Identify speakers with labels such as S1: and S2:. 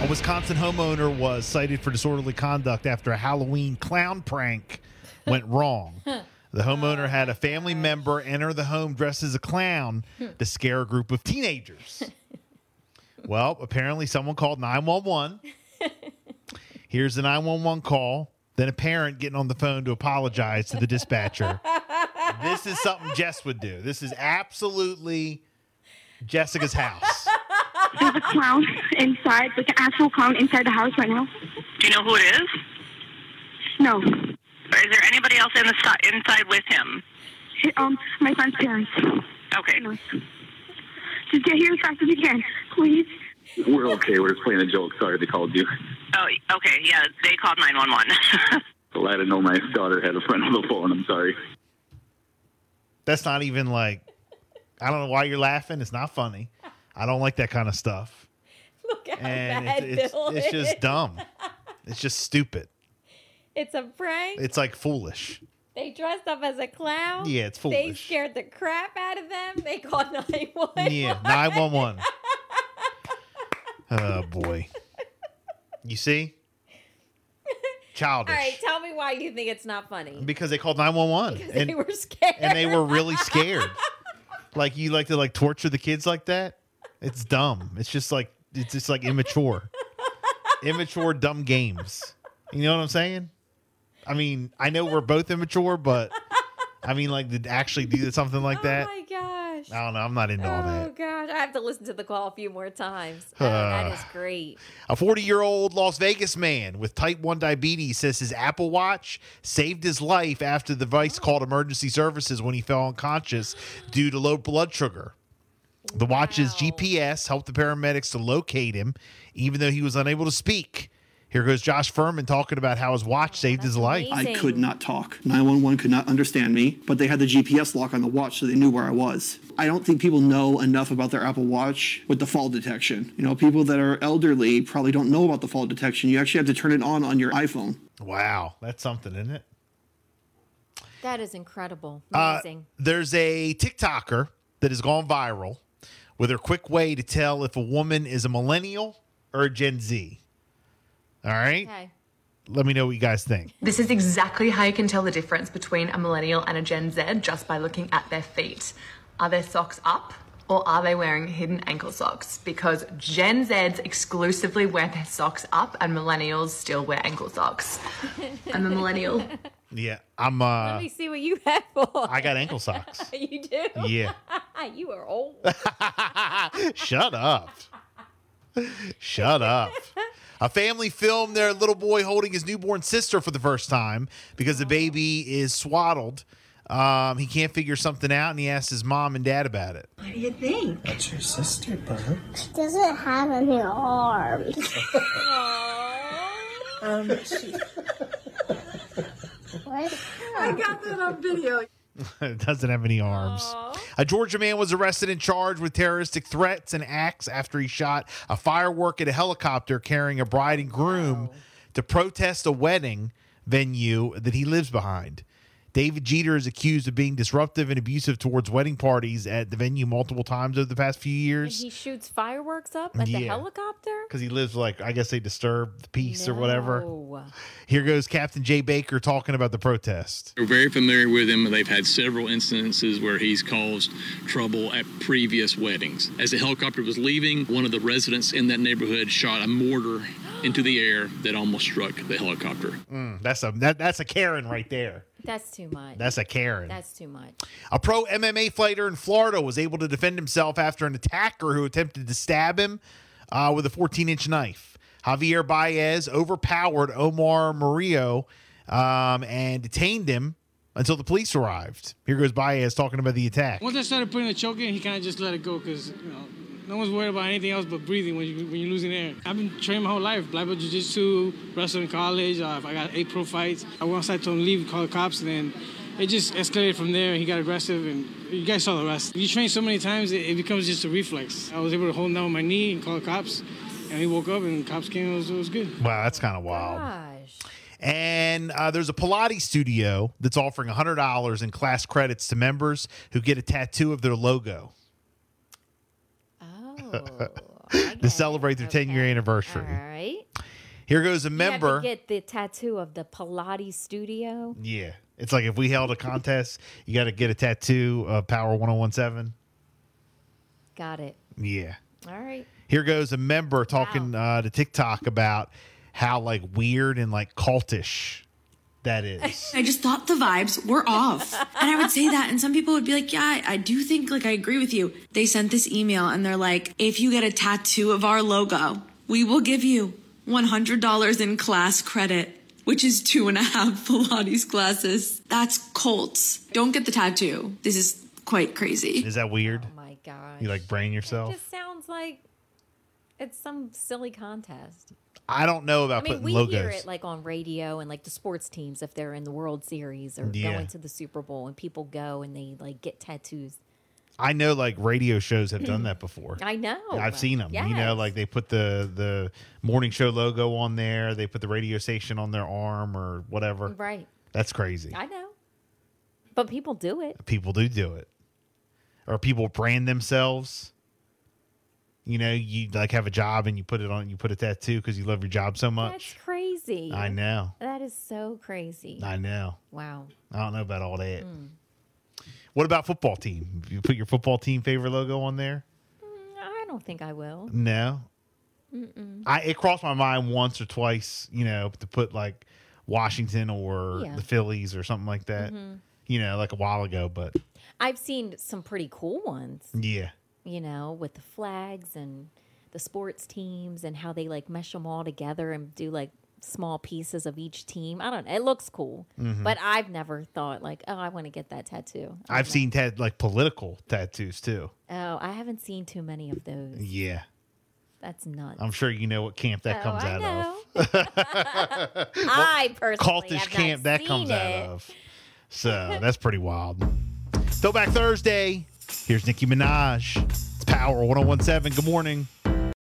S1: A Wisconsin homeowner was cited for disorderly conduct after a Halloween clown prank went wrong. The homeowner had a family member enter the home dressed as a clown to scare a group of teenagers. Well, apparently someone called 911. Here's the 911 call. Then a parent getting on the phone to apologize to the dispatcher. This is something Jess would do. This is absolutely Jessica's house.
S2: There's a clown inside, like an actual clown inside the house right now.
S3: Do you know who it is?
S2: No.
S3: Or is there anybody else in the si- inside with him?
S2: Hey, Um, my friend's parents.
S3: Okay.
S2: Just get here as fast as you can, please.
S4: We're okay. We're just playing a joke. Sorry they called you.
S3: Oh, okay. Yeah, they called 911.
S4: Glad to know my daughter had a friend on the phone. I'm sorry.
S1: That's not even like, I don't know why you're laughing. It's not funny. I don't like that kind of stuff.
S5: Look how
S1: And it's, it's, it's just dumb. It's just stupid.
S5: It's a prank.
S1: It's like foolish.
S5: They dressed up as a clown.
S1: Yeah, it's
S5: They
S1: foolish.
S5: scared the crap out of them. They called 911.
S1: Yeah, 911. Oh, boy. You see? Childish.
S5: All right, tell me why you think it's not funny.
S1: because they called 911
S5: they
S1: and,
S5: were scared.
S1: and they were really scared. like, you like to like torture the kids like that? It's dumb. It's just like, it's just like immature. immature, dumb games. You know what I'm saying? I mean, I know we're both immature, but I mean, like, to actually do something like that.
S5: Oh my gosh.
S1: I don't know. I'm not into all that.
S5: Oh gosh, I have to listen to the call a few more times. Oh, that
S1: Uh.
S5: is great.
S1: A 40 year old Las Vegas man with type 1 diabetes says his Apple Watch saved his life after the device called emergency services when he fell unconscious due to low blood sugar. The watch's
S5: Wow.
S1: GPS helped the paramedics to locate him, even though he was unable to speak. Here goes Josh Furman talking about how his watch saved his
S5: Oh, that's
S1: life.
S5: amazing.
S6: I could not talk. 911 could not understand me, but they had the GPS lock on the watch so they knew where I was. I don't think people know enough about their Apple Watch with the fall detection. You know, people that are elderly probably don't know about the fall detection. You actually have to turn it on on your iPhone.
S1: Wow, that's something, isn't it?
S5: That is incredible.
S1: Uh,
S5: Amazing.
S1: there's a TikToker that has gone viral with her quick way to tell if a woman is a millennial or a Gen Z. All right.
S5: okay.
S1: Let me know what you guys think.
S7: This is exactly how you can tell the difference between a millennial and a Gen Z just by looking at their feet. Are their socks up or are they wearing hidden ankle socks? Because Gen Zs exclusively wear their socks up and millennials still wear ankle socks. I'm a millennial.
S1: Yeah, I'm
S5: Let
S1: uh
S5: me see what you have for.
S1: I got ankle socks.
S5: you do. Ah,
S1: Yeah.
S5: you are old.
S1: Shut up. Shut up. A family filmed their little boy holding his newborn sister for the first time because the baby is swaddled. Um, he can't figure something out and he asked his mom and dad about it.
S8: That's your sister, Bert.
S9: doesn't have any arms. What?
S1: Doesn't have any arms. A Georgia man was arrested and charged with terroristic threats and acts after he shot a firework at a helicopter carrying a bride and groom to protest a wedding venue that he lives behind. David Jeter is accused of being disruptive and abusive towards wedding parties at the venue multiple times over the past few
S5: And
S1: years
S5: he shoots fireworks up at the
S1: Yeah.
S5: helicopter.
S1: because he lives like I guess they disturb the peace or whatever.
S5: No.
S1: Here goes Captain Jay Baker talking about the protest.
S10: We're very familiar with him. They've had several instances where he's caused trouble at previous weddings. As the helicopter was leaving, one of the residents in that neighborhood shot a mortar into the air that almost struck the helicopter.
S1: Mm, That's a that, that's a Karen right there.
S5: That's too much.
S1: That's a Karen.
S5: That's too much.
S1: A pro MMA fighter in Florida was able to defend himself after an attacker who attempted to stab him uh, with a 14 inch knife. Javier Baez overpowered Omar Murillo um, and detained him until the police arrived. Here goes Baez talking about the attack.
S8: Once I started putting a choke in, he kind of just let it go because, you know,
S9: No one's worried about anything else but breathing when, you, when you're losing air. I've been training my whole life, black belt jiu-jitsu, wrestling in college. Uh, I got eight pro fights. I went outside, told him leave, called the cops, and then it just escalated from there. He got aggressive, and you guys saw the rest. You train so many times, it, it becomes just a reflex. I was able to hold down my knee and call the cops, and he woke up, and the cops came. It was, it was good.
S1: Wow, that's kind of wild. And uh, there's a Pilates studio that's offering $100 in class credits to members who get a tattoo of their logo. Oh. to celebrate their 10 year anniversary.
S5: All right.
S1: Here goes a
S5: You
S1: member.
S5: have to get the tattoo of the Pilates studio.
S1: yeah. It's like if we held a contest, you got to get a tattoo of Power 1017.
S5: Got it.
S1: Yeah.
S5: All right.
S1: Here goes a member talking uh, to TikTok about how like weird and like cultish that is.
S5: Oh
S7: I just thought the vibes were off. And I would say that, and some people would be like, Yeah, I- I do think, like, I agree with you. They sent this email and they're like, If you get a tattoo of our logo, we will give you $100 in class credit, which is two and a half Pilates classes. That's cults. Don't get the tattoo. This is quite crazy.
S1: Is that weird?
S5: My God.
S1: You like brain yourself?
S5: Just sounds like it's some silly contest.
S1: I don't know
S5: I
S1: about
S5: mean,
S1: putting
S5: we
S1: logos.
S5: hear it like on radio and like the sports teams if they're in the World Series or
S1: Yeah.
S5: going to the Super Bowl and people go and they like get tattoos.
S1: I know like radio shows have done that before.
S5: Hmm. I know.
S1: I've seen them. You know,
S5: Yes.
S1: like they put the the morning show logo on there. They put the radio station on their arm or whatever.
S5: Right.
S1: That's crazy.
S5: I know. But people do it.
S1: People do do it, or people brand themselves. You know, you like have a job and you put it on. You put a tattoo because you love your job so
S5: That's
S1: much.
S5: crazy.
S1: I know.
S5: That is so crazy.
S1: I know.
S5: Wow.
S1: I don't know about all that.
S5: Mm.
S1: What about football team? You put your football team favorite logo on there?
S5: I don't think I will.
S1: No.
S5: Mm-mm.
S1: I it crossed my mind once or twice, you know, to put like Washington or
S5: Yeah.
S1: the Phillies or something like that.
S5: Mhm.
S1: You know, like a while ago, but
S5: I've seen some pretty cool ones,
S1: yeah.
S5: you know, with the flags and the sports teams and how they like mesh them all together and do like small pieces of each team. I don't know. It looks cool.
S1: Mhm.
S5: But I've never thought like, oh, I want to get that tattoo.
S1: I've seen ta- like political tattoos too.
S5: Oh, I haven't seen too many of those.
S1: Yeah.
S5: That's nuts.
S1: I'm sure you know what camp that
S5: Oh,
S1: comes
S5: I
S1: out
S5: know.
S1: of.
S5: I personally
S1: cultish
S5: have not
S1: camp that comes
S5: seen it.
S1: out of. So that's pretty wild. Throwback Thursday. Here's Nicki Minaj. It's Power 1017. Good morning.